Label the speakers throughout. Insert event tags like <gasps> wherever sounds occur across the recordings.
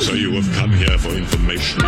Speaker 1: So you have come here for information.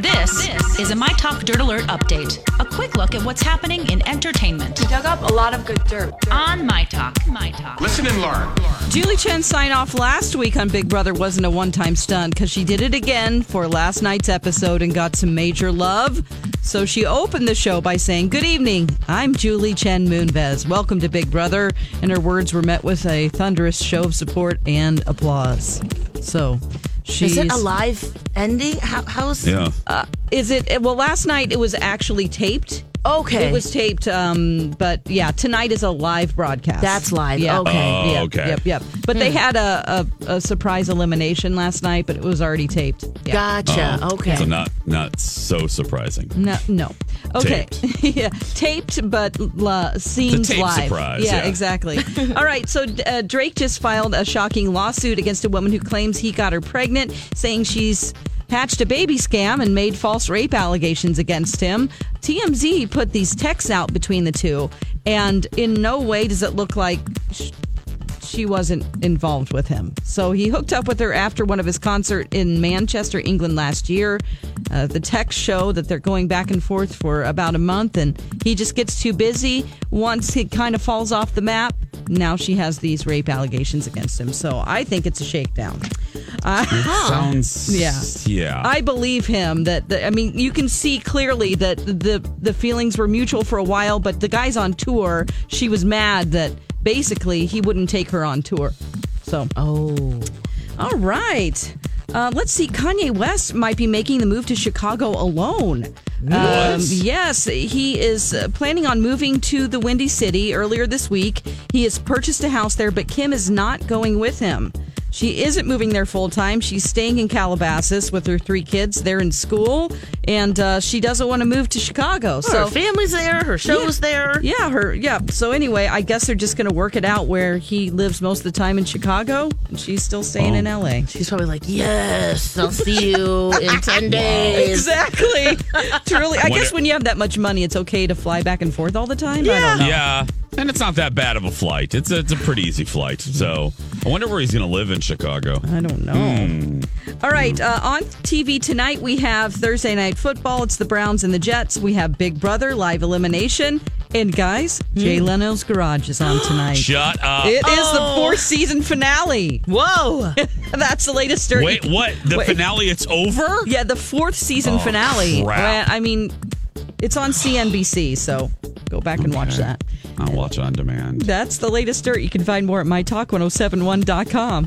Speaker 2: This is a My Talk Dirt Alert update. A quick look at what's happening in entertainment
Speaker 3: dug up a lot of good dirt.
Speaker 2: on My Talk. My Talk.
Speaker 4: Listen and learn.
Speaker 5: Julie Chen signed off last week on Big Brother wasn't a one time stunt because she did it again for last night's episode and got some major love. So she opened the show by saying, Good evening, I'm Julie Chen Moonves. Welcome to Big Brother. And her words were met with a thunderous show of support and applause. So she's.
Speaker 6: Is it a live ending? How, how's
Speaker 7: Yeah.
Speaker 5: Uh, Is it? Well, last night it was actually taped.
Speaker 6: okay?
Speaker 5: It was taped, um, but yeah, tonight is a live broadcast.
Speaker 6: That's live.
Speaker 5: Yeah.
Speaker 6: Okay. Hmm.
Speaker 7: Oh,
Speaker 5: yep,
Speaker 7: okay.
Speaker 5: Yep, yep. But they had a, a, a surprise elimination last night, but it was already taped. Yeah.
Speaker 6: Gotcha. okay.
Speaker 7: So not not so surprising.
Speaker 5: No, no. Okay.
Speaker 7: Taped.
Speaker 5: <laughs> yeah, taped, but la, seems
Speaker 7: tape
Speaker 5: live.
Speaker 7: surprise, yeah. <laughs>
Speaker 5: exactly. All right. So uh, Drake just filed a shocking lawsuit against a woman who claims he got her pregnant, saying she's hatched a baby scam and made false rape allegations against him. TMZ put these texts out between the two, and in no way does it look like she wasn't involved with him. So he hooked up with her after one of his concert in Manchester, England last year. Uh, the texts show that they're going back and forth for about a month, and he just gets too busy. Once he kind of falls off the map, now she has these rape allegations against him. So I think it's a shakedown. Uh,
Speaker 7: Sounds
Speaker 5: Yeah.
Speaker 7: Yeah.
Speaker 5: I believe him that, that I mean you can see clearly that the the feelings were mutual for a while but the guys on tour she was mad that basically he wouldn't take her on tour. So
Speaker 6: Oh,
Speaker 5: all right. Uh, let's see. Kanye West might be making the move to Chicago alone. Um, yes, he is uh, planning on moving to the Windy City earlier this week. He has purchased a house there, but Kim is not going with him. She isn't moving there full time. She's staying in Calabasas with her three kids. They're in school, and uh, she doesn't want to move to Chicago.
Speaker 6: her
Speaker 5: So
Speaker 6: family's there. Her show's there.
Speaker 5: yeah, her. Yeah. So anyway, I guess they're just going to work it out where he lives most of the time in Chicago, and she's still staying in L.A.
Speaker 6: She's probably like, "Yes, I'll see you <laughs> in ten days."
Speaker 5: Exactly. Truly, I
Speaker 7: Wonder-
Speaker 5: guess when you have that much money, it's okay to fly back and forth all the time. Yeah. I don't know.
Speaker 7: yeah. And it's not that bad of a flight. It's a, it's a pretty easy flight. So I wonder where he's going to live in Chicago.
Speaker 5: I don't know.
Speaker 7: Hmm.
Speaker 5: All right. Uh, on TV tonight, we have Thursday Night Football. It's the Browns and the Jets. We have Big Brother live elimination. And guys,
Speaker 7: Hmm.
Speaker 5: Jay Leno's Garage
Speaker 7: <gasps>
Speaker 5: is on tonight.
Speaker 7: Shut up.
Speaker 5: It is
Speaker 7: Oh.
Speaker 5: the fourth season finale.
Speaker 6: Whoa!
Speaker 5: That's the latest. dirt-
Speaker 7: Wait, what? The
Speaker 5: Wait.
Speaker 7: finale, it's over?
Speaker 5: Yeah, the fourth season finale.
Speaker 7: crap.
Speaker 5: Well, I mean, it's on CNBC, so go back and watch
Speaker 7: Okay.
Speaker 5: that.
Speaker 7: I'll watch on demand.
Speaker 5: That's the latest dirt. You can find more at mytalk1071.com.